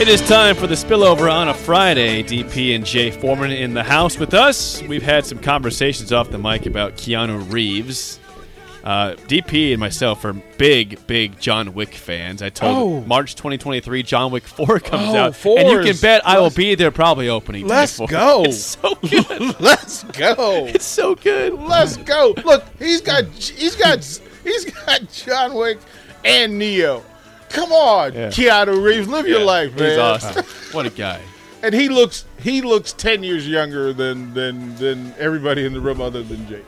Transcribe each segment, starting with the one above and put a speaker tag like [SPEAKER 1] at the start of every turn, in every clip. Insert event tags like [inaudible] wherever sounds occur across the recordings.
[SPEAKER 1] It is time for the spillover on a Friday. DP and Jay Foreman in the house with us. We've had some conversations off the mic about Keanu Reeves. Uh, DP and myself are big, big John Wick fans. I told
[SPEAKER 2] Oh.
[SPEAKER 1] March 2023, John Wick 4 [laughs] comes
[SPEAKER 2] Oh,
[SPEAKER 1] out.
[SPEAKER 2] four
[SPEAKER 1] And you can
[SPEAKER 2] is-
[SPEAKER 1] bet I will be there probably opening. day
[SPEAKER 2] Let's
[SPEAKER 1] for it. [laughs]
[SPEAKER 2] go.
[SPEAKER 1] It's so
[SPEAKER 2] [laughs]
[SPEAKER 1] good.
[SPEAKER 2] Let's go.
[SPEAKER 1] it's so good.
[SPEAKER 2] Let's go. Look, he's got he's got he's got John Wick and Neo. Come on,
[SPEAKER 1] Yeah.
[SPEAKER 2] Keanu Reeves, live your life, man.
[SPEAKER 1] He's awesome. What a guy.
[SPEAKER 2] [laughs] And he looks he looks ten years younger than than than everybody in the room other than Jake.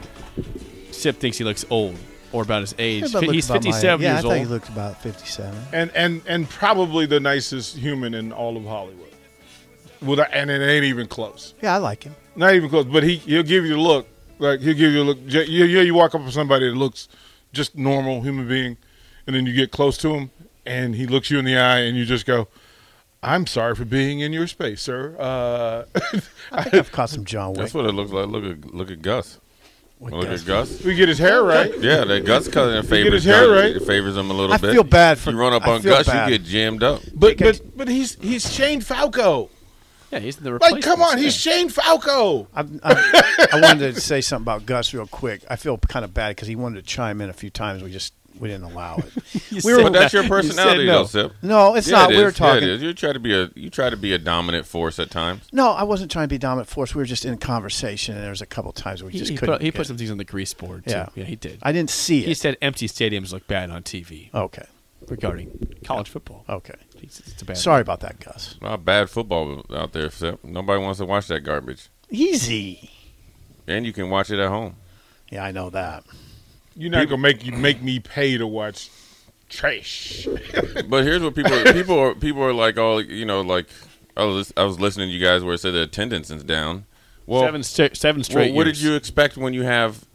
[SPEAKER 1] Sip thinks he looks old or about his age.
[SPEAKER 3] Everybody looks
[SPEAKER 1] He's
[SPEAKER 3] about my age.
[SPEAKER 1] 57
[SPEAKER 3] yeah,
[SPEAKER 1] years
[SPEAKER 3] I thought
[SPEAKER 1] old.
[SPEAKER 3] he looked about 57.
[SPEAKER 2] And and and probably the nicest human in all of Hollywood. With a, and it ain't even close.
[SPEAKER 3] Yeah, I like him.
[SPEAKER 2] Not even close. But he he'll give you the look. Like he'll give you a look. Yeah, you, you, you walk up to somebody that looks just normal human being, and then you get close to him, and he looks you in the eye, and you just go, "I'm sorry for being in your space, sir." Uh, [laughs]
[SPEAKER 3] I think I've caught some John Wick.
[SPEAKER 4] That's what it looks like. Look at look at Gus.
[SPEAKER 3] Wick
[SPEAKER 4] Look
[SPEAKER 3] guys.
[SPEAKER 4] at Gus.
[SPEAKER 2] we get his hair right.
[SPEAKER 4] Yeah, that Gus kind of favors
[SPEAKER 2] his hair
[SPEAKER 4] Gus.
[SPEAKER 2] right.
[SPEAKER 4] It favors him a little
[SPEAKER 3] I
[SPEAKER 4] bit.
[SPEAKER 3] feel bad for-
[SPEAKER 4] you. Run up
[SPEAKER 3] I
[SPEAKER 4] on
[SPEAKER 3] feel
[SPEAKER 4] Gus,
[SPEAKER 3] bad.
[SPEAKER 4] you get jammed up.
[SPEAKER 2] But but but he's he's Shane Falco.
[SPEAKER 1] Yeah, he's the
[SPEAKER 2] Like,
[SPEAKER 1] replacement.
[SPEAKER 2] come on,
[SPEAKER 1] Yeah.
[SPEAKER 2] he's Shane Falco.
[SPEAKER 3] I, I, I wanted to say something about Gus real quick. I feel kind of bad because he wanted to chime in a few times. We just we didn't
[SPEAKER 1] [laughs]
[SPEAKER 3] allow
[SPEAKER 1] You
[SPEAKER 3] it.
[SPEAKER 1] said
[SPEAKER 4] But that's your
[SPEAKER 1] You said
[SPEAKER 4] personality,
[SPEAKER 1] no.
[SPEAKER 4] though, Sip.
[SPEAKER 3] no, it's
[SPEAKER 4] Yeah,
[SPEAKER 3] not.
[SPEAKER 4] it
[SPEAKER 3] we were
[SPEAKER 4] is. Yeah, it
[SPEAKER 3] talking.
[SPEAKER 4] is. You try to be a you try to be a dominant force at times.
[SPEAKER 3] no, I wasn't trying to be dominant force. We were just in conversation, and there was a couple times we
[SPEAKER 1] He,
[SPEAKER 3] just
[SPEAKER 1] he
[SPEAKER 3] couldn't.
[SPEAKER 1] put, he
[SPEAKER 3] get-
[SPEAKER 1] put some things on the grease board, too.
[SPEAKER 3] Yeah.
[SPEAKER 1] yeah he did.
[SPEAKER 3] I didn't see it.
[SPEAKER 1] He said empty stadiums look bad on TV
[SPEAKER 3] okay,
[SPEAKER 1] regarding college football.
[SPEAKER 3] okay.
[SPEAKER 1] It's, it's a bad
[SPEAKER 3] Sorry about that, Gus.
[SPEAKER 4] Not bad football out there, Sip. Nobody wants to watch that garbage,
[SPEAKER 3] Easy.
[SPEAKER 4] and you can watch it at home.
[SPEAKER 3] Yeah, I know that.
[SPEAKER 2] You're not gonna make you make me pay to watch trash.
[SPEAKER 4] But here's
[SPEAKER 3] [laughs]
[SPEAKER 4] what people people are people are like all you know like I was I was listening to you guys where it said the attendance is down. Well,
[SPEAKER 1] seven, sta- seven
[SPEAKER 4] Well,
[SPEAKER 1] straight
[SPEAKER 4] what did
[SPEAKER 1] years.
[SPEAKER 4] you expect when you have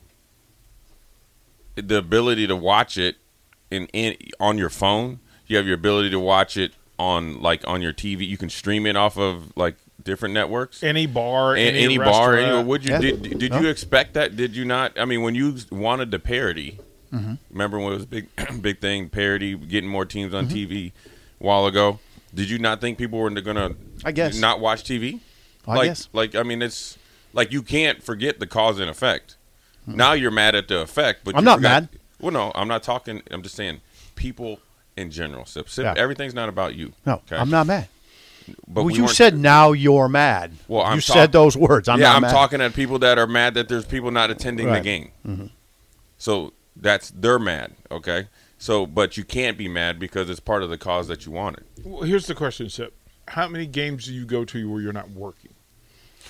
[SPEAKER 4] the ability to watch it in, in on your phone? You have your ability to watch it on like on your TV. You can stream it off of like different networks.
[SPEAKER 2] Any bar,
[SPEAKER 4] A-
[SPEAKER 2] any,
[SPEAKER 4] any bar,
[SPEAKER 2] restaurant.
[SPEAKER 4] anywhere. Would you
[SPEAKER 3] Yeah.
[SPEAKER 4] did, did you
[SPEAKER 3] No.
[SPEAKER 4] expect that? Did you not? I mean, when you wanted the parody,
[SPEAKER 3] Mm-hmm.
[SPEAKER 4] remember when it was a big [clears throat] big thing parody getting more teams
[SPEAKER 3] Mm-hmm.
[SPEAKER 4] on TV a while ago? Did you not think people were going to
[SPEAKER 3] I guess.
[SPEAKER 4] not watch TV?
[SPEAKER 3] I
[SPEAKER 4] like,
[SPEAKER 3] guess.
[SPEAKER 4] like I mean, it's like you can't forget the cause and effect. Now you're mad at the effect, but
[SPEAKER 3] Mm-hmm. I'm
[SPEAKER 4] you
[SPEAKER 3] not
[SPEAKER 4] forgot-
[SPEAKER 3] mad.
[SPEAKER 4] Well, no, I'm not talking. I'm just saying people in general. Sip, sip,
[SPEAKER 3] Yeah.
[SPEAKER 4] Everything's not about you.
[SPEAKER 3] No,
[SPEAKER 4] okay?
[SPEAKER 3] I'm not mad.
[SPEAKER 4] But
[SPEAKER 3] well,
[SPEAKER 4] we
[SPEAKER 3] you
[SPEAKER 4] weren't-
[SPEAKER 3] said now you're mad.
[SPEAKER 4] Well, I'm
[SPEAKER 3] you
[SPEAKER 4] talk-
[SPEAKER 3] said those words. I'm
[SPEAKER 4] yeah,
[SPEAKER 3] not
[SPEAKER 4] I'm
[SPEAKER 3] mad.
[SPEAKER 4] talking at people that are mad that there's people not attending the
[SPEAKER 3] Right. Mm-hmm.
[SPEAKER 4] game. So that's they're mad, okay? So, but you can't be mad because it's part of the cause that you wanted.
[SPEAKER 2] Well, here's the question, Sip. How many games do you go to where you're not working?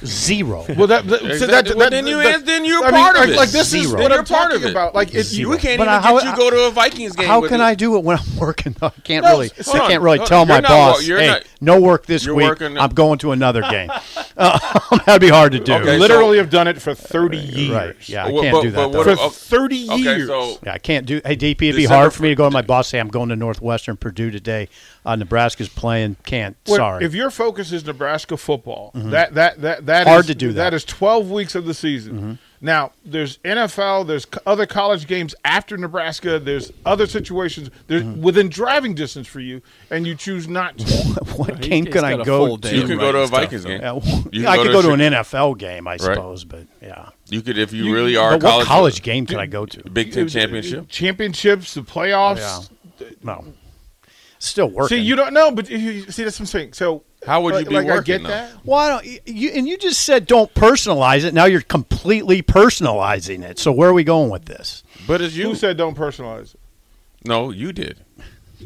[SPEAKER 3] zero.
[SPEAKER 2] Well, that, that, so
[SPEAKER 4] Exactly.
[SPEAKER 2] that,
[SPEAKER 4] Well,
[SPEAKER 2] that-
[SPEAKER 4] then you
[SPEAKER 2] that-
[SPEAKER 4] is- then you're
[SPEAKER 2] I
[SPEAKER 4] part
[SPEAKER 2] mean,
[SPEAKER 4] of
[SPEAKER 2] like,
[SPEAKER 4] it.
[SPEAKER 2] Like this is
[SPEAKER 3] Zero.
[SPEAKER 2] what
[SPEAKER 4] You're
[SPEAKER 2] I'm
[SPEAKER 4] part of
[SPEAKER 2] talking
[SPEAKER 4] it.
[SPEAKER 2] about. Like it's
[SPEAKER 3] Zero.
[SPEAKER 4] You can't
[SPEAKER 3] But
[SPEAKER 4] even
[SPEAKER 3] I- how-
[SPEAKER 4] get you go to a Vikings game.
[SPEAKER 3] How
[SPEAKER 4] with
[SPEAKER 3] can
[SPEAKER 4] it.
[SPEAKER 3] I do it when I'm [laughs] working? though? I can't
[SPEAKER 2] No,
[SPEAKER 3] really.
[SPEAKER 2] s-
[SPEAKER 4] hold
[SPEAKER 3] I
[SPEAKER 4] on.
[SPEAKER 3] can't really
[SPEAKER 4] Hold
[SPEAKER 3] tell
[SPEAKER 4] on.
[SPEAKER 3] my
[SPEAKER 4] You're not
[SPEAKER 3] boss,
[SPEAKER 4] wa- you're
[SPEAKER 3] "Hey,
[SPEAKER 4] not-
[SPEAKER 3] no work this
[SPEAKER 4] you're
[SPEAKER 3] week.
[SPEAKER 4] working-
[SPEAKER 3] I'm going to
[SPEAKER 4] [laughs]
[SPEAKER 3] another game." Uh, [laughs] that'd be hard to do.
[SPEAKER 4] Okay,
[SPEAKER 2] literally have done it for 30 years.
[SPEAKER 3] right? Yeah, I
[SPEAKER 4] Well,
[SPEAKER 3] can't
[SPEAKER 4] but-
[SPEAKER 3] do that.
[SPEAKER 4] but
[SPEAKER 3] though.
[SPEAKER 4] what
[SPEAKER 2] For
[SPEAKER 4] if- Oh,
[SPEAKER 2] 30
[SPEAKER 4] okay,
[SPEAKER 2] years.
[SPEAKER 4] so-
[SPEAKER 3] yeah, I can't do. Hey, DP, it'd be
[SPEAKER 4] December
[SPEAKER 3] hard for me to go to my boss. Say I'm going to Northwestern, Purdue today. Uh, Nebraska's playing. Can't.
[SPEAKER 2] Well,
[SPEAKER 3] sorry. Mm-hmm.
[SPEAKER 2] If your focus is Nebraska football, that that that that
[SPEAKER 3] Hard
[SPEAKER 2] is-
[SPEAKER 3] to do
[SPEAKER 2] That
[SPEAKER 3] that. Mm-hmm.
[SPEAKER 2] is 12 weeks of the season. Now, there's NFL, there's co- other college games after Nebraska, there's other situations there's
[SPEAKER 3] Mm-hmm.
[SPEAKER 2] within driving distance for you and you choose not to.
[SPEAKER 3] [laughs] what
[SPEAKER 1] He-
[SPEAKER 3] game
[SPEAKER 1] he's
[SPEAKER 3] can
[SPEAKER 1] got
[SPEAKER 3] I
[SPEAKER 1] a
[SPEAKER 3] go
[SPEAKER 1] full
[SPEAKER 3] to?
[SPEAKER 1] day
[SPEAKER 4] You
[SPEAKER 1] of
[SPEAKER 4] can go to
[SPEAKER 1] writing
[SPEAKER 4] a
[SPEAKER 1] stuff,
[SPEAKER 4] Vikings
[SPEAKER 1] though.
[SPEAKER 4] game.
[SPEAKER 3] Yeah, [laughs]
[SPEAKER 4] You
[SPEAKER 3] I
[SPEAKER 4] can
[SPEAKER 3] could
[SPEAKER 4] go
[SPEAKER 3] go
[SPEAKER 4] to
[SPEAKER 3] to
[SPEAKER 4] a
[SPEAKER 3] an
[SPEAKER 4] Chi-
[SPEAKER 3] NFL game, I
[SPEAKER 4] Right.
[SPEAKER 3] suppose. But yeah,
[SPEAKER 4] You could if you, really are a
[SPEAKER 3] but what
[SPEAKER 4] college,
[SPEAKER 3] college game could I go to?
[SPEAKER 4] Big Ten championship.
[SPEAKER 2] Championships, the playoffs.
[SPEAKER 3] No, still working.
[SPEAKER 2] See, you don't know, but you- you, see that's what I'm saying. So
[SPEAKER 4] How would you
[SPEAKER 2] like-
[SPEAKER 4] be
[SPEAKER 2] like, I
[SPEAKER 4] working,
[SPEAKER 2] get
[SPEAKER 4] though?
[SPEAKER 2] that.
[SPEAKER 3] Why don't you, you? And you just said don't personalize it. Now you're completely personalizing it. So where are we going with this?
[SPEAKER 4] But it's you.
[SPEAKER 2] Who said don't personalize it?
[SPEAKER 4] no, you did. [laughs]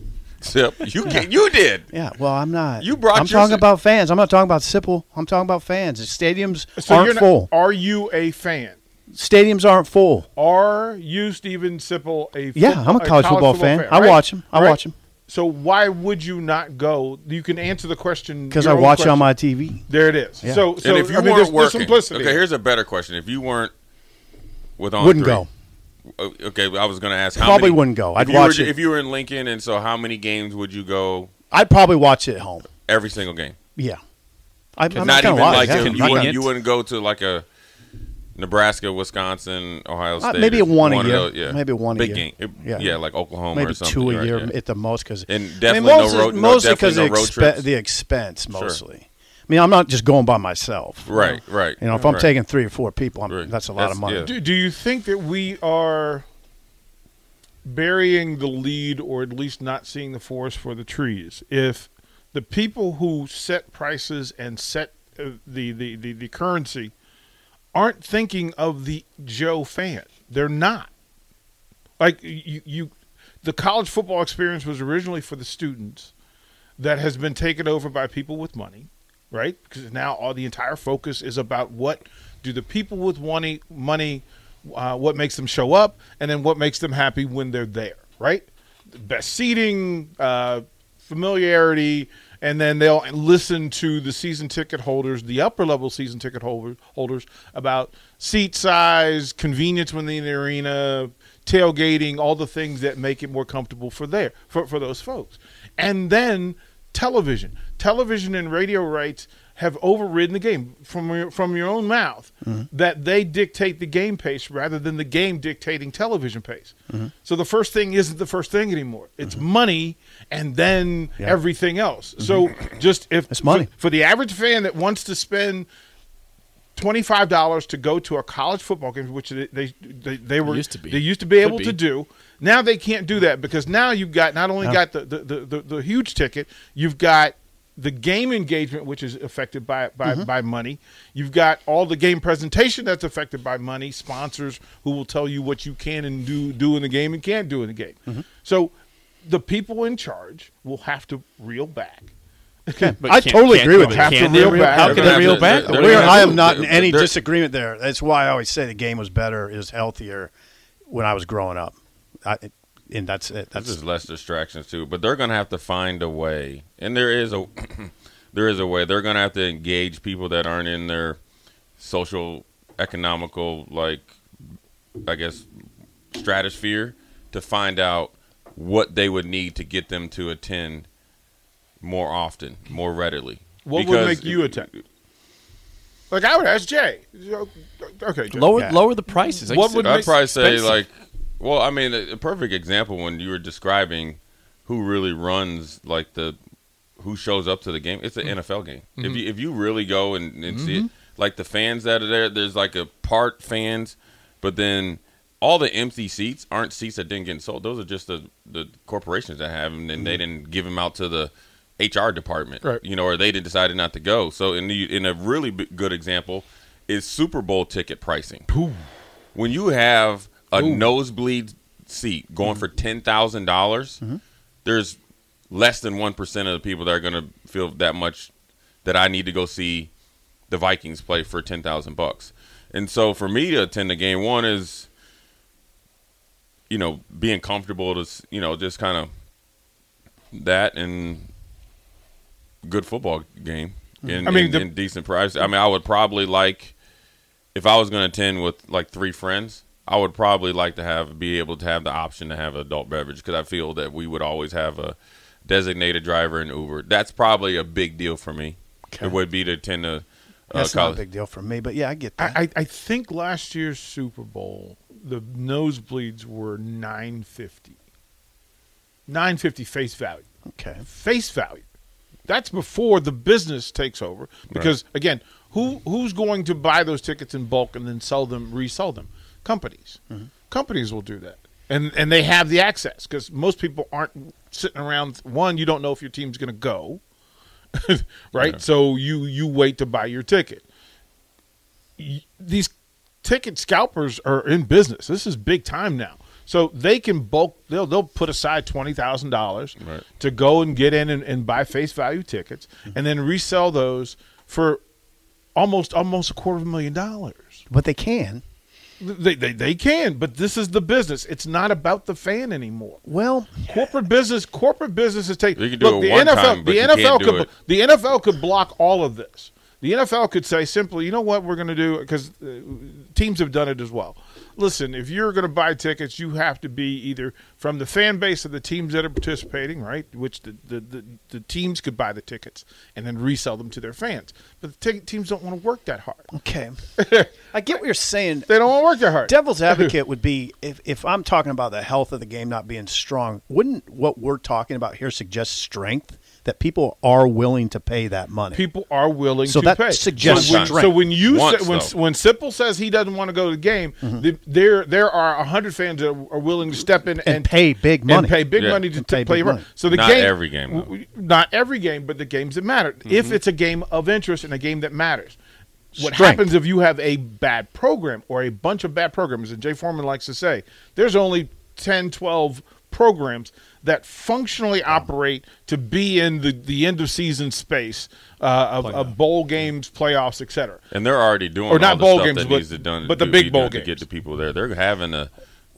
[SPEAKER 4] Sip,
[SPEAKER 3] [laughs]
[SPEAKER 4] you can, you did.
[SPEAKER 3] Yeah, well, I'm not.
[SPEAKER 4] You brought
[SPEAKER 3] I'm
[SPEAKER 4] your-
[SPEAKER 3] talking about fans. I'm not talking about Sipple. I'm talking about fans. The stadiums
[SPEAKER 2] So
[SPEAKER 3] aren't
[SPEAKER 2] you're not,
[SPEAKER 3] full.
[SPEAKER 2] Are you a fan?
[SPEAKER 3] stadiums aren't full.
[SPEAKER 2] Are you Steven Sipple a
[SPEAKER 3] Yeah,
[SPEAKER 2] football-
[SPEAKER 3] I'm a college football fan. I watch 'em. I watch 'em.
[SPEAKER 2] So why would you not go? You can answer the question
[SPEAKER 3] Because
[SPEAKER 2] your
[SPEAKER 3] I
[SPEAKER 2] own
[SPEAKER 3] watch it
[SPEAKER 2] question.
[SPEAKER 3] on my TV.
[SPEAKER 2] There it is.
[SPEAKER 3] Yeah.
[SPEAKER 2] So, so
[SPEAKER 4] and if you
[SPEAKER 2] I mean,
[SPEAKER 4] weren't
[SPEAKER 2] there's, there's
[SPEAKER 4] working,
[SPEAKER 2] simplicity.
[SPEAKER 4] okay. Here's a better question: If you weren't with on
[SPEAKER 3] Wouldn't
[SPEAKER 4] three,
[SPEAKER 3] go.
[SPEAKER 4] o- Okay, I was going to ask. How
[SPEAKER 3] Probably
[SPEAKER 4] many-
[SPEAKER 3] wouldn't go.
[SPEAKER 4] if
[SPEAKER 3] I'd
[SPEAKER 4] you were
[SPEAKER 3] watch
[SPEAKER 4] to-
[SPEAKER 3] it.
[SPEAKER 4] if you were in Lincoln. And so, how many games would you go
[SPEAKER 3] I'd probably watch it at home.
[SPEAKER 4] every single game?
[SPEAKER 3] Yeah, I, I'm
[SPEAKER 4] not
[SPEAKER 3] gonna
[SPEAKER 4] even
[SPEAKER 3] lie.
[SPEAKER 4] like
[SPEAKER 3] Yeah,
[SPEAKER 4] you,
[SPEAKER 3] I'm
[SPEAKER 4] you
[SPEAKER 3] not
[SPEAKER 4] wouldn't,
[SPEAKER 3] gonna-
[SPEAKER 4] you wouldn't go to like a Nebraska, Wisconsin, Ohio
[SPEAKER 3] Uh,
[SPEAKER 4] State.
[SPEAKER 3] maybe
[SPEAKER 4] is
[SPEAKER 3] one a
[SPEAKER 4] of
[SPEAKER 3] year.
[SPEAKER 4] those, yeah.
[SPEAKER 3] Maybe one a
[SPEAKER 4] Big
[SPEAKER 3] year.
[SPEAKER 4] game. It-
[SPEAKER 3] Yeah.
[SPEAKER 4] yeah. like Oklahoma
[SPEAKER 3] maybe
[SPEAKER 4] or something.
[SPEAKER 3] two a
[SPEAKER 4] right?
[SPEAKER 3] year
[SPEAKER 4] Yeah.
[SPEAKER 3] at the most. Cause
[SPEAKER 4] And
[SPEAKER 3] I mean,
[SPEAKER 4] definitely no
[SPEAKER 3] mostly,
[SPEAKER 4] road- no-
[SPEAKER 3] mostly
[SPEAKER 4] definitely no
[SPEAKER 3] the,
[SPEAKER 4] road trips.
[SPEAKER 3] the expense mostly. I mean, I'm not just going by myself.
[SPEAKER 4] Right, right.
[SPEAKER 3] You know, if I'm
[SPEAKER 4] Right.
[SPEAKER 3] taking three or four people, I'm,
[SPEAKER 4] Right.
[SPEAKER 3] that's a lot
[SPEAKER 4] That's-
[SPEAKER 3] of money.
[SPEAKER 4] yeah.
[SPEAKER 2] Do, do you think that we are burying the lead or at least not seeing the forest for the trees? If the people who set prices and set uh, the, the, the, the currency aren't thinking of the Joe fan, they're not. Like you, you the college football experience was originally for the students that has been taken over by people with money, right? Because now all the entire focus is about what do the people with money money uh, what makes them show up, and then what makes them happy when they're there, right? Best seating, uh, familiarity, and then they'll listen to the season ticket holders, the upper level season ticket holder, holders, about seat size, convenience when they're in the arena, tailgating, all the things that make it more comfortable for there for, for those folks. And then television, television and radio rights have overridden the game from your, from your own mouth that they dictate the game pace rather than the game dictating television pace. So the first thing isn't the first thing anymore. It's money and then
[SPEAKER 3] Yeah.
[SPEAKER 2] everything else. So just if
[SPEAKER 3] It's money.
[SPEAKER 2] for, for the average fan that wants to spend twenty-five dollars to go to a college football game, which they they, they, they were
[SPEAKER 1] Used to be.
[SPEAKER 2] they used to be
[SPEAKER 1] Could
[SPEAKER 2] able
[SPEAKER 1] be.
[SPEAKER 2] to do. Now they can't do that because now you've got not only got the the, the, the the huge ticket, you've got the game engagement, which is affected by by, by money. You've got all the game presentation that's affected by money. Sponsors who will tell you what you can and do do in the game and can't do in the game. So the people in charge will have to reel back.
[SPEAKER 1] [laughs] But
[SPEAKER 3] I
[SPEAKER 1] can't-
[SPEAKER 3] totally
[SPEAKER 1] can't-
[SPEAKER 3] agree with
[SPEAKER 1] but
[SPEAKER 2] Have
[SPEAKER 3] that.
[SPEAKER 2] to
[SPEAKER 1] can't
[SPEAKER 2] reel
[SPEAKER 1] they-
[SPEAKER 2] back.
[SPEAKER 1] How
[SPEAKER 2] They're
[SPEAKER 1] can
[SPEAKER 2] gonna
[SPEAKER 1] they
[SPEAKER 2] have
[SPEAKER 1] reel
[SPEAKER 4] to-
[SPEAKER 1] back?
[SPEAKER 4] they're
[SPEAKER 3] Where
[SPEAKER 4] gonna
[SPEAKER 3] I
[SPEAKER 4] have
[SPEAKER 3] am
[SPEAKER 4] to-
[SPEAKER 3] not in any
[SPEAKER 4] they're-
[SPEAKER 3] disagreement there. That's why I always say the game was better, is healthier when I was growing up. I, and that's it. That's
[SPEAKER 4] That's just less distractions too. But they're gonna have to find a way, and there is a [clears throat] there is a way. They're gonna have to engage people that aren't in their social, economical, like I guess stratosphere to find out what they would need to get them to attend more often, more readily.
[SPEAKER 2] What would
[SPEAKER 4] Because-
[SPEAKER 2] make you attend? Like I would ask Jay. Okay, Jay.
[SPEAKER 1] Lower,
[SPEAKER 3] Yeah.
[SPEAKER 1] lower the prices. Like
[SPEAKER 2] What
[SPEAKER 1] you
[SPEAKER 2] would
[SPEAKER 1] said,
[SPEAKER 4] I'd
[SPEAKER 2] makes
[SPEAKER 4] probably say
[SPEAKER 1] expensive.
[SPEAKER 4] like, well, I mean, a, a perfect example when you were describing who really runs like the who shows up to the game. It's an
[SPEAKER 2] Mm.
[SPEAKER 4] NFL game.
[SPEAKER 2] Mm-hmm.
[SPEAKER 4] If you if you really go and, and see it, like the fans that are there, there's like a part fans, but then all the empty seats aren't seats that didn't get sold. Those are just the the corporations that have them, and they didn't give them out to the HR department,
[SPEAKER 2] Mm-hmm. Right.
[SPEAKER 4] you know, or they did decided not to go. So in the, in a really b- good example is Super Bowl ticket pricing when you have a nosebleed seat going
[SPEAKER 2] Mm-hmm.
[SPEAKER 4] for ten dollars, there's less than one percent of the people that are going to feel that much that I need to go see the Vikings play for ten thousand bucks. And so for me to attend the game, one is you know being comfortable to s- you know just kind of that and good football game and,
[SPEAKER 2] Mm-hmm. I mean,
[SPEAKER 4] and-
[SPEAKER 2] the-
[SPEAKER 4] and decent price. I mean, I would probably like if I was going to attend with like three friends, I would probably like to have be able to have the option to have an adult beverage because I feel that we would always have a designated driver and Uber. That's probably a big deal for me.
[SPEAKER 3] Okay.
[SPEAKER 4] It would be to attend a, a
[SPEAKER 3] that's not a
[SPEAKER 4] college.
[SPEAKER 3] big deal for me. But yeah, I get that.
[SPEAKER 2] I, I, I think last year's Super Bowl, the nosebleeds were nine fifty. Nine fifty face value.
[SPEAKER 3] okay.
[SPEAKER 2] Face value. That's before the business takes over. Because again, who who's going to buy those tickets in bulk and then sell them, resell them? Companies. Companies will do that. And and they have the access because most people aren't sitting around one, you don't know if your team's gonna go. [laughs] right? So you you wait to buy your ticket y- these ticket scalpers are in business. This is big time now. So they can bulk. They'll they'll put aside twenty thousand dollars
[SPEAKER 4] Right.
[SPEAKER 2] to go and get in and, and buy face value tickets, and then resell those for almost almost a quarter of a million dollars.
[SPEAKER 3] But they can.
[SPEAKER 2] They they, they can, but this is the business. It's not about the fan anymore.
[SPEAKER 3] Well,
[SPEAKER 2] Corporate business, corporate business is taking.
[SPEAKER 4] You can do
[SPEAKER 2] Look,
[SPEAKER 4] it
[SPEAKER 2] the
[SPEAKER 4] one
[SPEAKER 2] NFL,
[SPEAKER 4] time, but
[SPEAKER 2] the
[SPEAKER 4] you
[SPEAKER 2] NFL
[SPEAKER 4] can't do
[SPEAKER 2] could,
[SPEAKER 4] it.
[SPEAKER 2] the NFL could block all of this. The NFL could say simply, you know what, we're going to do because uh, teams have done it as well. listen, if you're going to buy tickets, you have to be either from the fan base of the teams that are participating, right? Which the, the, the, the teams could buy the tickets and then resell them to their fans. But the t- teams don't want to work that hard.
[SPEAKER 1] [laughs]
[SPEAKER 3] Okay. I get what you're saying.
[SPEAKER 2] They don't want to work that hard.
[SPEAKER 3] [laughs] Devil's advocate would be if, if I'm talking about the health of the game not being strong, wouldn't what we're talking about here suggest strength that people are willing to pay that money?
[SPEAKER 2] People are willing
[SPEAKER 3] So
[SPEAKER 2] to
[SPEAKER 3] that
[SPEAKER 2] pay.
[SPEAKER 3] suggests
[SPEAKER 2] so when,
[SPEAKER 3] strength.
[SPEAKER 2] so when you
[SPEAKER 4] Once,
[SPEAKER 2] say, when
[SPEAKER 4] though.
[SPEAKER 2] when Simple says he doesn't want to go to the game,
[SPEAKER 3] Mm-hmm.
[SPEAKER 2] the, there there are hundred fans that are willing to step in and,
[SPEAKER 3] pay big
[SPEAKER 2] and
[SPEAKER 3] money.
[SPEAKER 2] pay big
[SPEAKER 4] Yeah.
[SPEAKER 2] money to,
[SPEAKER 3] And
[SPEAKER 2] to
[SPEAKER 3] pay
[SPEAKER 2] play.
[SPEAKER 3] big
[SPEAKER 2] around.
[SPEAKER 3] money.
[SPEAKER 2] So the
[SPEAKER 4] Not
[SPEAKER 2] game,
[SPEAKER 4] every game, though.
[SPEAKER 2] w- w- not every game, but the games that matter. If it's a game of interest and a game that matters. What
[SPEAKER 3] Strength.
[SPEAKER 2] happens if you have a bad program or a bunch of bad programs? And Jay Foreman likes to say, there's only 10, 12 programs that functionally operate to be in the, the end of season space uh, of, of bowl games, playoffs, etc.
[SPEAKER 4] And they're already doing
[SPEAKER 2] Or not
[SPEAKER 4] all the
[SPEAKER 2] bowl
[SPEAKER 4] stuff
[SPEAKER 2] games,
[SPEAKER 4] that
[SPEAKER 2] but-
[SPEAKER 4] needs to done,
[SPEAKER 2] but the
[SPEAKER 4] do-
[SPEAKER 2] big
[SPEAKER 4] be
[SPEAKER 2] bowl
[SPEAKER 4] done to get
[SPEAKER 2] games.
[SPEAKER 4] the people there. They're having the,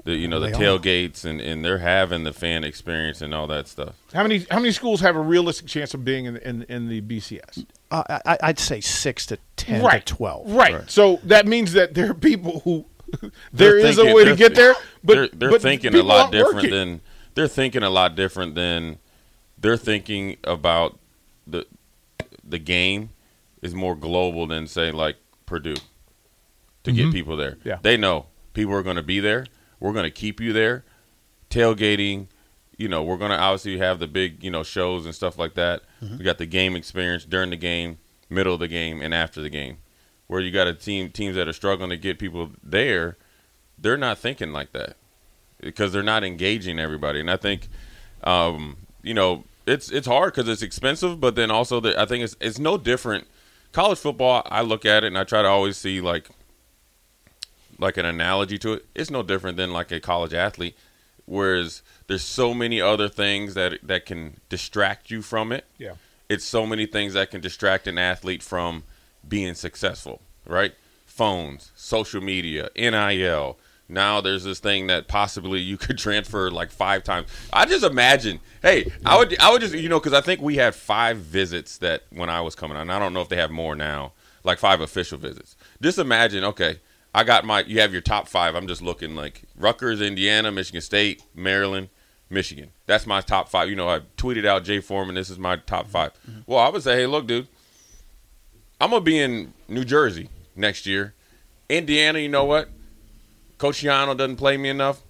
[SPEAKER 4] the you know the
[SPEAKER 3] They are.
[SPEAKER 4] tailgates and, and they're having the fan experience and all that stuff.
[SPEAKER 2] How many how many schools have a realistic chance of being in in, in the BCS?
[SPEAKER 3] I, I, I'd say six to ten
[SPEAKER 2] right,
[SPEAKER 3] to twelve.
[SPEAKER 2] Right. So that means that there are people who there
[SPEAKER 4] They're
[SPEAKER 2] is a
[SPEAKER 4] thinking-
[SPEAKER 2] way to
[SPEAKER 4] they're-
[SPEAKER 2] get there, but
[SPEAKER 4] they're, they're
[SPEAKER 2] but
[SPEAKER 4] thinking a
[SPEAKER 2] people
[SPEAKER 4] lot
[SPEAKER 2] aren't
[SPEAKER 4] different
[SPEAKER 2] working.
[SPEAKER 4] than they're thinking a lot different than they're thinking about the the game is more global than say like Purdue to get people there.
[SPEAKER 2] Mm-hmm. Yeah.
[SPEAKER 4] They know people are going to be there. We're going to keep you there. Tailgating, you know, we're going to obviously have the big, you know, shows and stuff like that.
[SPEAKER 2] Mm-hmm.
[SPEAKER 4] We got the game experience during the game, middle of the game and after the game. Where you got a team teams that are struggling to get people there, they're not thinking like that because they're not engaging everybody. And I think, um, you know, it's it's hard because it's expensive, but then also the, I think it's it's no different. College football, I look at it and I try to always see like like an analogy to it. It's no different than like a college athlete, whereas there's so many other things that that can distract you from it
[SPEAKER 2] Yeah.
[SPEAKER 4] it's so many things that can distract an athlete from being successful, right? Phones, social media, NIL. Now there's this thing that possibly you could [laughs] transfer like five times. I just imagine. Hey, I would, I would just, you know, because I think we had five visits that when I was coming on. I don't know if they have more now, like five official visits. Just imagine. Okay, I got my. You have your top five. I'm just looking like Rutgers, Indiana, Michigan State, Maryland, Michigan. That's my top five. You know, I tweeted out Jay Foreman. This is my top 5 Well, I would say, hey, look, dude, I'm gonna be in New Jersey next year. Indiana, you know what? Coach Yano doesn't play me enough.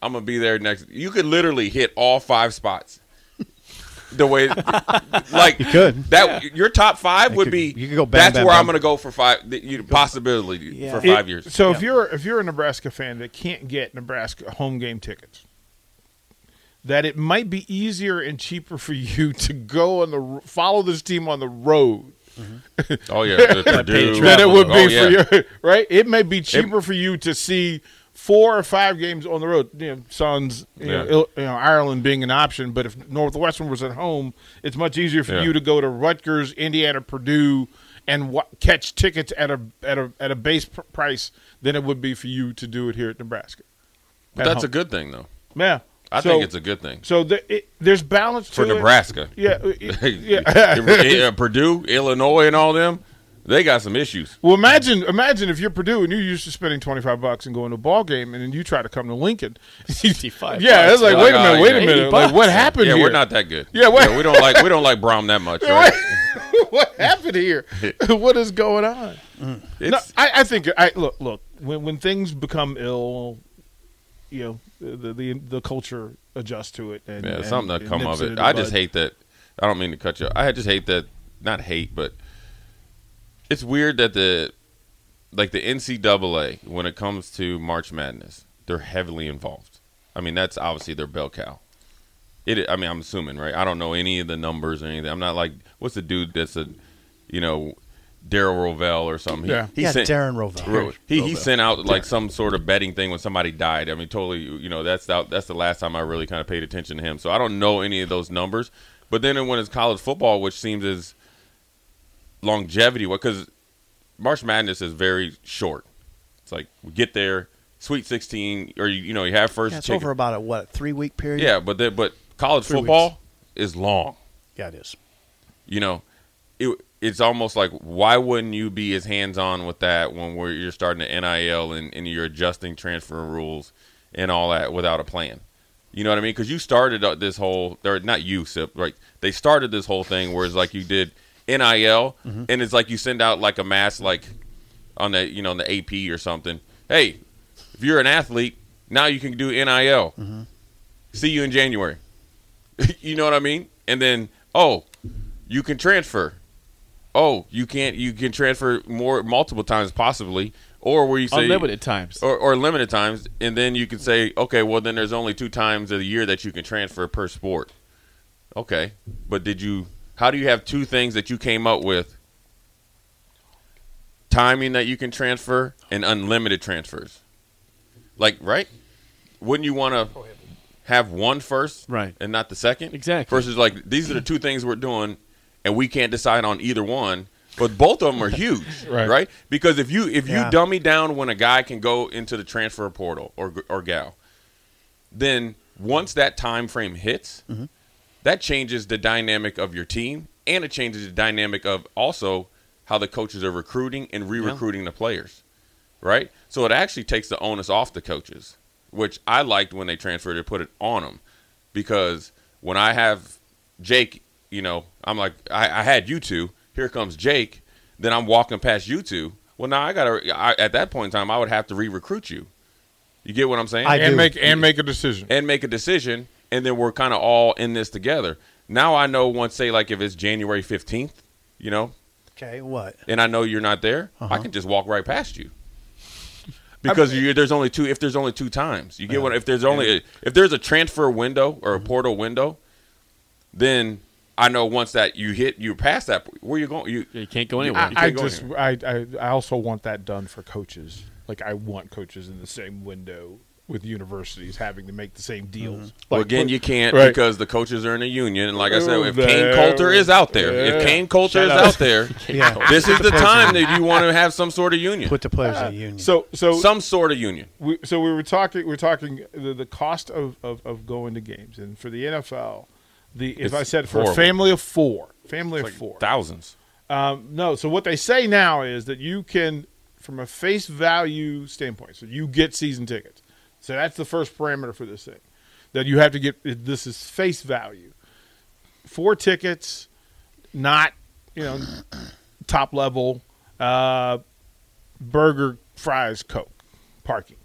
[SPEAKER 4] I'm gonna be there next. You could literally hit all five spots. [laughs] The way, like you
[SPEAKER 3] could.
[SPEAKER 4] that your top five would
[SPEAKER 3] could-
[SPEAKER 4] be.
[SPEAKER 3] you could go bang,
[SPEAKER 4] that's
[SPEAKER 3] bang,
[SPEAKER 4] where I'm
[SPEAKER 3] bang.
[SPEAKER 4] going to go for five. The, you, possibility for
[SPEAKER 2] It-
[SPEAKER 4] five years.
[SPEAKER 2] So if you're if you're a Nebraska fan that can't get Nebraska home game tickets, that it might be easier and cheaper for you [laughs] to go on the r- follow this team on the road
[SPEAKER 4] Oh yeah, the
[SPEAKER 1] paid
[SPEAKER 4] Purdue.
[SPEAKER 1] travel.
[SPEAKER 2] than it would be
[SPEAKER 4] Oh, yeah.
[SPEAKER 2] for you, [laughs] right? It may be cheaper for you to see four or five games on the road. You know, Suns, you, know,
[SPEAKER 4] Yeah.
[SPEAKER 2] Il- you know, Ireland being an option, but if Northwestern was at home, it's much easier for
[SPEAKER 4] Yeah.
[SPEAKER 2] you to go to Rutgers, Indiana, Purdue, and wa catch tickets at a at a at a base pr- price than it would be for you to do it here at Nebraska.
[SPEAKER 4] But that's a good thing though.
[SPEAKER 2] yeah.
[SPEAKER 4] I
[SPEAKER 2] So-
[SPEAKER 4] think it's a good thing
[SPEAKER 2] so there- it, there's balance
[SPEAKER 4] for
[SPEAKER 2] to it.
[SPEAKER 4] Nebraska. [laughs]
[SPEAKER 2] Yeah, it- yeah. [laughs]
[SPEAKER 4] yeah, eh, Purdue, Illinois, and all them, they got some issues.
[SPEAKER 2] Well, imagine imagine if you're Purdue and you're used to spending twenty five bucks and going to a ball game, and then you try to come to Lincoln. [laughs]
[SPEAKER 1] 65
[SPEAKER 2] yeah, it's like
[SPEAKER 4] bucks.
[SPEAKER 2] wait a
[SPEAKER 4] Like,
[SPEAKER 2] minute,
[SPEAKER 4] uh,
[SPEAKER 2] wait a
[SPEAKER 4] yeah,
[SPEAKER 2] minute,
[SPEAKER 1] 80
[SPEAKER 2] like what
[SPEAKER 1] bucks.
[SPEAKER 2] happened
[SPEAKER 4] Yeah,
[SPEAKER 2] here? [laughs]
[SPEAKER 4] we're not that good.
[SPEAKER 2] Yeah, what-
[SPEAKER 4] we don't like we don't like Brom
[SPEAKER 2] [laughs]
[SPEAKER 4] that much. Right?
[SPEAKER 2] what happened
[SPEAKER 4] [laughs]
[SPEAKER 2] here? what is going on? No,
[SPEAKER 4] It's-
[SPEAKER 2] I, I think I look look when when things become ill, you know the the the culture adjusts to it. And,
[SPEAKER 4] yeah,
[SPEAKER 2] and-
[SPEAKER 4] something that
[SPEAKER 2] and
[SPEAKER 4] come
[SPEAKER 2] nips
[SPEAKER 4] of
[SPEAKER 2] in
[SPEAKER 4] it.
[SPEAKER 2] the
[SPEAKER 4] I just
[SPEAKER 2] bud.
[SPEAKER 4] hate that. I don't mean to cut you. off. I just hate that. Not hate, but it's weird that the like the NCAA when it comes to March Madness, they're heavily involved. I mean, that's obviously their bell cow. It. I mean, I'm assuming, right? I don't know any of the numbers or anything. I'm not like what's the dude that's a, you know, Daryl Rovell or something.
[SPEAKER 2] Yeah.
[SPEAKER 3] yeah,
[SPEAKER 4] sent-
[SPEAKER 3] Darren Rovell.
[SPEAKER 4] Ro- He he sent out like some sort of betting thing when somebody died. I mean, totally. You know, that's the, that's the last time I really kind of paid attention to him. So I don't know any of those numbers. But then when it's college football, which seems as longevity, what because March Madness is very short. It's like we get there, Sweet Sixteen, or you, you know you have first.
[SPEAKER 3] Yeah, it's
[SPEAKER 4] chicken.
[SPEAKER 3] over about a what three week period.
[SPEAKER 4] Yeah, but then, but college
[SPEAKER 3] Three
[SPEAKER 4] football is long
[SPEAKER 3] yeah, it is.
[SPEAKER 4] you know, it it's almost like why wouldn't you be as hands on with that when we're, you're starting to NIL and, and you're adjusting transfer rules and all that without a plan? You know what I mean? Because you started uh, this whole, or not you, Sip, right? They started this whole thing where it's like you did NIL, and it's like you send out like a mass, like on the you know on the AP or something. Hey, if you're an athlete, now you can do NIL. See you in January. [laughs] you know what I mean? And then oh, you can transfer. Oh, you can't. You can transfer more multiple times possibly, or where you
[SPEAKER 1] uh,
[SPEAKER 4] say
[SPEAKER 1] Unlimited times.
[SPEAKER 4] or, or limited times, and then you can say, okay, well then there's only two times of the year that you can transfer per sport. Okay, but did you? How do you have two things that you came up with? Timing that you can transfer and unlimited transfers. Like right? Wouldn't you want to have one first,
[SPEAKER 1] Right.
[SPEAKER 4] and not the second?
[SPEAKER 1] Exactly.
[SPEAKER 4] Versus like these are the two things we're doing, and we can't decide on either one. But both of them are huge,
[SPEAKER 2] Right.
[SPEAKER 4] right? Because if you if you
[SPEAKER 3] Yeah.
[SPEAKER 4] dummy down when a guy can go into the transfer portal or or gal, then once that time frame hits, that changes the dynamic of your team and it changes the dynamic of also how the coaches are recruiting and re-recruiting the players, right? So it actually takes the onus off the coaches, which I liked when they transferred to put it on them, because when I have Jake, you know, I'm like I, I had you two. Here comes Jake. Then I'm walking past you two. Well, now I gotta. I, at that point in time, I would have to re-recruit you. You get what I'm saying?
[SPEAKER 3] I
[SPEAKER 2] and
[SPEAKER 3] do.
[SPEAKER 2] make and make a decision.
[SPEAKER 4] and make a decision, and then we're kind of all in this together. Now I know once, say, like if it's January 15th, you know,
[SPEAKER 3] Okay, what?
[SPEAKER 4] and I know you're not there, I can just walk right past you. Because you, there's only two. If there's only two times, you get what? If there's only a, if there's a transfer window or a portal window, then I know once that you hit, you pass that. Where you going? You
[SPEAKER 1] Yeah, you can't go anywhere.
[SPEAKER 4] you
[SPEAKER 5] I, I
[SPEAKER 4] can't go
[SPEAKER 5] just I, I I also want that done for coaches. Like I want coaches in the same window with universities having to make the same deals. Like,
[SPEAKER 4] well, again,
[SPEAKER 5] for-
[SPEAKER 4] you can't
[SPEAKER 2] Right.
[SPEAKER 4] because the coaches are in a union. And like I said,
[SPEAKER 2] Oh,
[SPEAKER 4] if
[SPEAKER 2] there-
[SPEAKER 4] Kane Coulter is out there, if
[SPEAKER 2] yeah.
[SPEAKER 4] Kane Coulter is out there,
[SPEAKER 3] Yeah.
[SPEAKER 4] this is the time that you want to have some sort of union,
[SPEAKER 3] Put the players in a union.
[SPEAKER 2] So so
[SPEAKER 4] some sort of union.
[SPEAKER 2] we, so we were talking we are talking the, the cost of, of, of going to games and for the NFL the if
[SPEAKER 4] It's
[SPEAKER 2] I said for
[SPEAKER 4] horrible.
[SPEAKER 2] a family of four family of four
[SPEAKER 4] Thousands.
[SPEAKER 2] um, no so what they say now is that you can from a face value standpoint so you get season tickets so that's the first parameter for this thing that you have to get this is face value four tickets not you know top level uh, burger fries coke parking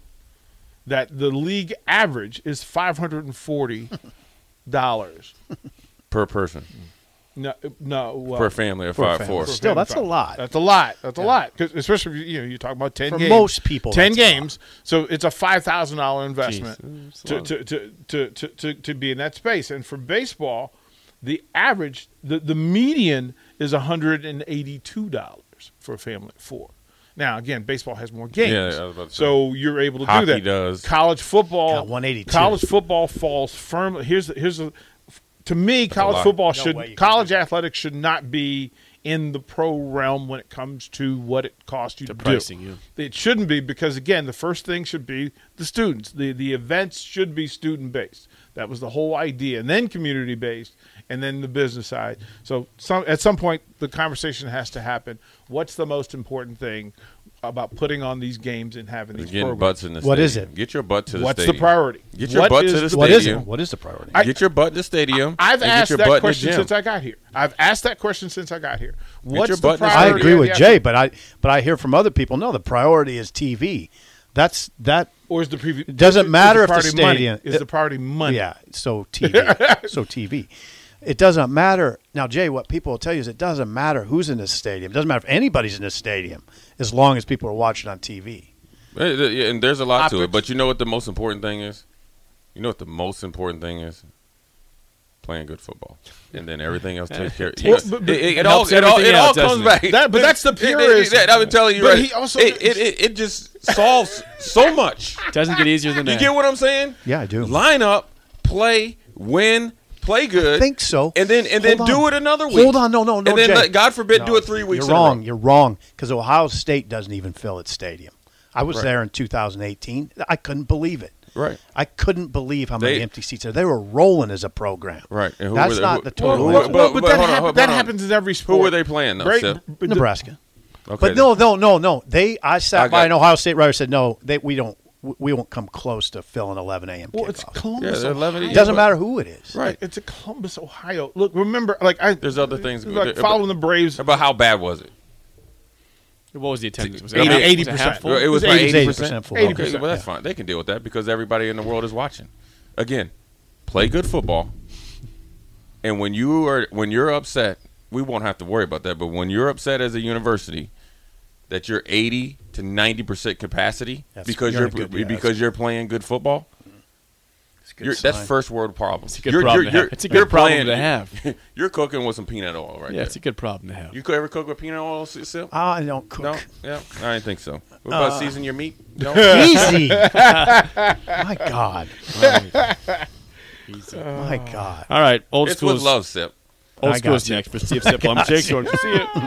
[SPEAKER 2] that the league average is five hundred and forty dollars.
[SPEAKER 4] per person
[SPEAKER 2] No, no, well,
[SPEAKER 4] per family of
[SPEAKER 3] for a
[SPEAKER 4] five
[SPEAKER 3] family.
[SPEAKER 4] four.
[SPEAKER 3] Still, that's a lot.
[SPEAKER 2] That's a lot. That's a lot. 'Cause especially if you, you know you're talking about ten
[SPEAKER 3] For
[SPEAKER 2] games.
[SPEAKER 3] most people,
[SPEAKER 2] ten
[SPEAKER 3] that's a lot.
[SPEAKER 2] games. So it's a five thousand dollar investment to, to, to, to, to, to to be in that space. And for baseball, the average the, the median is hundred and eighty two dollars for a family of four. Now again, baseball has more games,
[SPEAKER 4] Yeah, I was about to
[SPEAKER 2] so you're able to
[SPEAKER 4] Hockey
[SPEAKER 2] do that.
[SPEAKER 4] does.
[SPEAKER 2] College football,
[SPEAKER 3] Got 182.
[SPEAKER 2] College football falls firmly. Here's the- here's a, to me, college
[SPEAKER 4] lot.
[SPEAKER 2] football
[SPEAKER 3] No way you
[SPEAKER 2] should
[SPEAKER 3] can
[SPEAKER 2] college athletics should not be in the pro realm when it comes to what it costs you to,
[SPEAKER 1] pricing,
[SPEAKER 2] do. It shouldn't be because again, the first thing should be the students. The the events should be student based. That was the whole idea, and then community based, and then the business side. So some at some point, the conversation has to happen. What's the most important thing about putting on these games and having these
[SPEAKER 4] Getting
[SPEAKER 2] programs?
[SPEAKER 4] butts in the
[SPEAKER 3] What is
[SPEAKER 4] stadium.
[SPEAKER 3] it?
[SPEAKER 4] Get your butt to the
[SPEAKER 2] What's the
[SPEAKER 4] stadium.
[SPEAKER 2] priority?
[SPEAKER 4] Get your
[SPEAKER 2] What
[SPEAKER 4] butt to
[SPEAKER 2] is
[SPEAKER 4] the
[SPEAKER 2] the-
[SPEAKER 4] stadium.
[SPEAKER 3] what is it? What is the priority?
[SPEAKER 4] Get your butt in the stadium.
[SPEAKER 2] I've
[SPEAKER 4] and
[SPEAKER 2] asked
[SPEAKER 4] get your butt
[SPEAKER 2] that
[SPEAKER 4] in the
[SPEAKER 2] question
[SPEAKER 4] gym.
[SPEAKER 2] since I got here. I've asked that question since I got here. What's
[SPEAKER 4] butt
[SPEAKER 2] the
[SPEAKER 4] in the
[SPEAKER 2] priority?
[SPEAKER 4] stadium.
[SPEAKER 3] I agree
[SPEAKER 2] of
[SPEAKER 3] with
[SPEAKER 2] the
[SPEAKER 3] Jay,
[SPEAKER 2] athlete?
[SPEAKER 3] but I but I hear from other people. No, the priority is TV. That's that.
[SPEAKER 2] Or is the preview?
[SPEAKER 3] It doesn't
[SPEAKER 2] is
[SPEAKER 3] matter if the
[SPEAKER 2] priority money?
[SPEAKER 3] stadium-
[SPEAKER 2] is the priority money.
[SPEAKER 3] Yeah,
[SPEAKER 4] [laughs]
[SPEAKER 3] so TV, so TV. It doesn't matter now, Jay. What people will tell you is it doesn't matter who's in this stadium. It doesn't matter if anybody's in this stadium, as long as people are watching on TV.
[SPEAKER 4] Uh, th- yeah, And there's a lot to
[SPEAKER 2] Optics.
[SPEAKER 4] it, but you know what the most important thing is? You know what the most important thing is? Playing good football, and then everything else
[SPEAKER 2] [laughs]
[SPEAKER 4] takes care.
[SPEAKER 2] Well,
[SPEAKER 4] Yes.
[SPEAKER 2] but-
[SPEAKER 4] it,
[SPEAKER 2] but
[SPEAKER 4] it- it
[SPEAKER 1] it
[SPEAKER 4] all,
[SPEAKER 1] helps
[SPEAKER 4] it all,
[SPEAKER 1] everything
[SPEAKER 4] it all
[SPEAKER 1] out, doesn't
[SPEAKER 4] comes
[SPEAKER 1] it?
[SPEAKER 4] back.
[SPEAKER 2] That- but that's the
[SPEAKER 4] [laughs] It- it-
[SPEAKER 2] purist.
[SPEAKER 4] it- I'm telling you,
[SPEAKER 2] But
[SPEAKER 4] right?
[SPEAKER 2] he also-
[SPEAKER 4] it, it, it, it just solves so much.
[SPEAKER 1] Doesn't get easier than that.
[SPEAKER 4] You get what I'm saying?
[SPEAKER 3] Yeah, I do.
[SPEAKER 4] Line up, play, win, play good.
[SPEAKER 3] think so.
[SPEAKER 4] Uh, And then and then
[SPEAKER 3] Hold
[SPEAKER 4] do
[SPEAKER 3] on.
[SPEAKER 4] it another week.
[SPEAKER 3] Hold on, no, no, no.
[SPEAKER 4] And then
[SPEAKER 3] Jay.
[SPEAKER 4] let- God forbid,
[SPEAKER 3] No,
[SPEAKER 4] do it three weeks.
[SPEAKER 3] You're
[SPEAKER 4] in a row.
[SPEAKER 3] wrong. You're wrong because Ohio State doesn't even fill its stadium. I was there in 2018. I couldn't believe it.
[SPEAKER 4] Right.
[SPEAKER 3] I couldn't believe how many
[SPEAKER 4] They-
[SPEAKER 3] empty seats there. They were rolling as a program.
[SPEAKER 4] Right. And who were
[SPEAKER 3] That's
[SPEAKER 4] they-
[SPEAKER 3] not
[SPEAKER 4] who-
[SPEAKER 3] the
[SPEAKER 4] Well,
[SPEAKER 3] total.
[SPEAKER 4] who-
[SPEAKER 3] answer.
[SPEAKER 4] but-
[SPEAKER 5] that,
[SPEAKER 4] but hold
[SPEAKER 5] hap-
[SPEAKER 4] on, hold on,
[SPEAKER 5] that
[SPEAKER 4] hold on.
[SPEAKER 5] happens in every
[SPEAKER 4] Who
[SPEAKER 5] sport.
[SPEAKER 4] were they playing though?
[SPEAKER 5] Great,
[SPEAKER 4] Steph?
[SPEAKER 5] but the-
[SPEAKER 3] Nebraska.
[SPEAKER 4] Okay,
[SPEAKER 3] But no, no, no, no. They, I sat
[SPEAKER 4] I
[SPEAKER 3] by
[SPEAKER 4] got-
[SPEAKER 3] an Ohio State writer said, no, they, we don't, we won't come close to filling 11 a.m.
[SPEAKER 5] Well, it's
[SPEAKER 3] kickoff.
[SPEAKER 4] Yeah,
[SPEAKER 5] Columbus.
[SPEAKER 4] they're eleven.
[SPEAKER 5] Ohio.
[SPEAKER 3] It doesn't matter who it is.
[SPEAKER 4] Right.
[SPEAKER 5] It's a Columbus, Ohio. Look, remember, like I.
[SPEAKER 4] There's other things-
[SPEAKER 5] Like
[SPEAKER 4] there-
[SPEAKER 5] following the Braves.
[SPEAKER 4] But how bad was it?
[SPEAKER 1] What was the attendance? Was
[SPEAKER 4] Eighty-
[SPEAKER 1] half- was
[SPEAKER 5] 80%.
[SPEAKER 1] half full?
[SPEAKER 4] It was
[SPEAKER 5] It
[SPEAKER 4] by
[SPEAKER 5] was
[SPEAKER 4] eighty
[SPEAKER 3] 80%
[SPEAKER 4] percent.
[SPEAKER 3] full.
[SPEAKER 4] Okay,
[SPEAKER 5] 80%,
[SPEAKER 4] well that's fine. They can deal with that because everybody in the world is watching. Again, play good football, and when you are when you're upset, we won't have to worry about that. But when you're upset as a university that you're eighty to ninety percent capacity
[SPEAKER 3] That's-
[SPEAKER 4] because
[SPEAKER 3] you're
[SPEAKER 4] you're,
[SPEAKER 3] in a good- yeah,
[SPEAKER 4] because you're playing good football,
[SPEAKER 3] It's a good
[SPEAKER 4] you're, that's
[SPEAKER 3] sign.
[SPEAKER 4] first world problems.
[SPEAKER 1] It's a good problem to have. It's a good problem to have.
[SPEAKER 4] [laughs] You're cooking with some peanut oil, right?
[SPEAKER 1] Yeah,
[SPEAKER 4] there.
[SPEAKER 1] it's a good problem to have.
[SPEAKER 4] [laughs] you could ever cook with peanut oil, Sil?
[SPEAKER 3] I don't cook.
[SPEAKER 4] No, yeah, I didn't think so. What about season your meat? No, [laughs]
[SPEAKER 3] Easy. My God. My God.
[SPEAKER 1] All right, old
[SPEAKER 4] it's
[SPEAKER 1] school.
[SPEAKER 3] Uh,
[SPEAKER 4] with
[SPEAKER 1] is-
[SPEAKER 4] love, Sip.
[SPEAKER 1] Old
[SPEAKER 3] I
[SPEAKER 1] school is
[SPEAKER 3] got you.
[SPEAKER 5] [laughs]
[SPEAKER 1] next for Steve Sipple. I'm Jake Jordan. See you.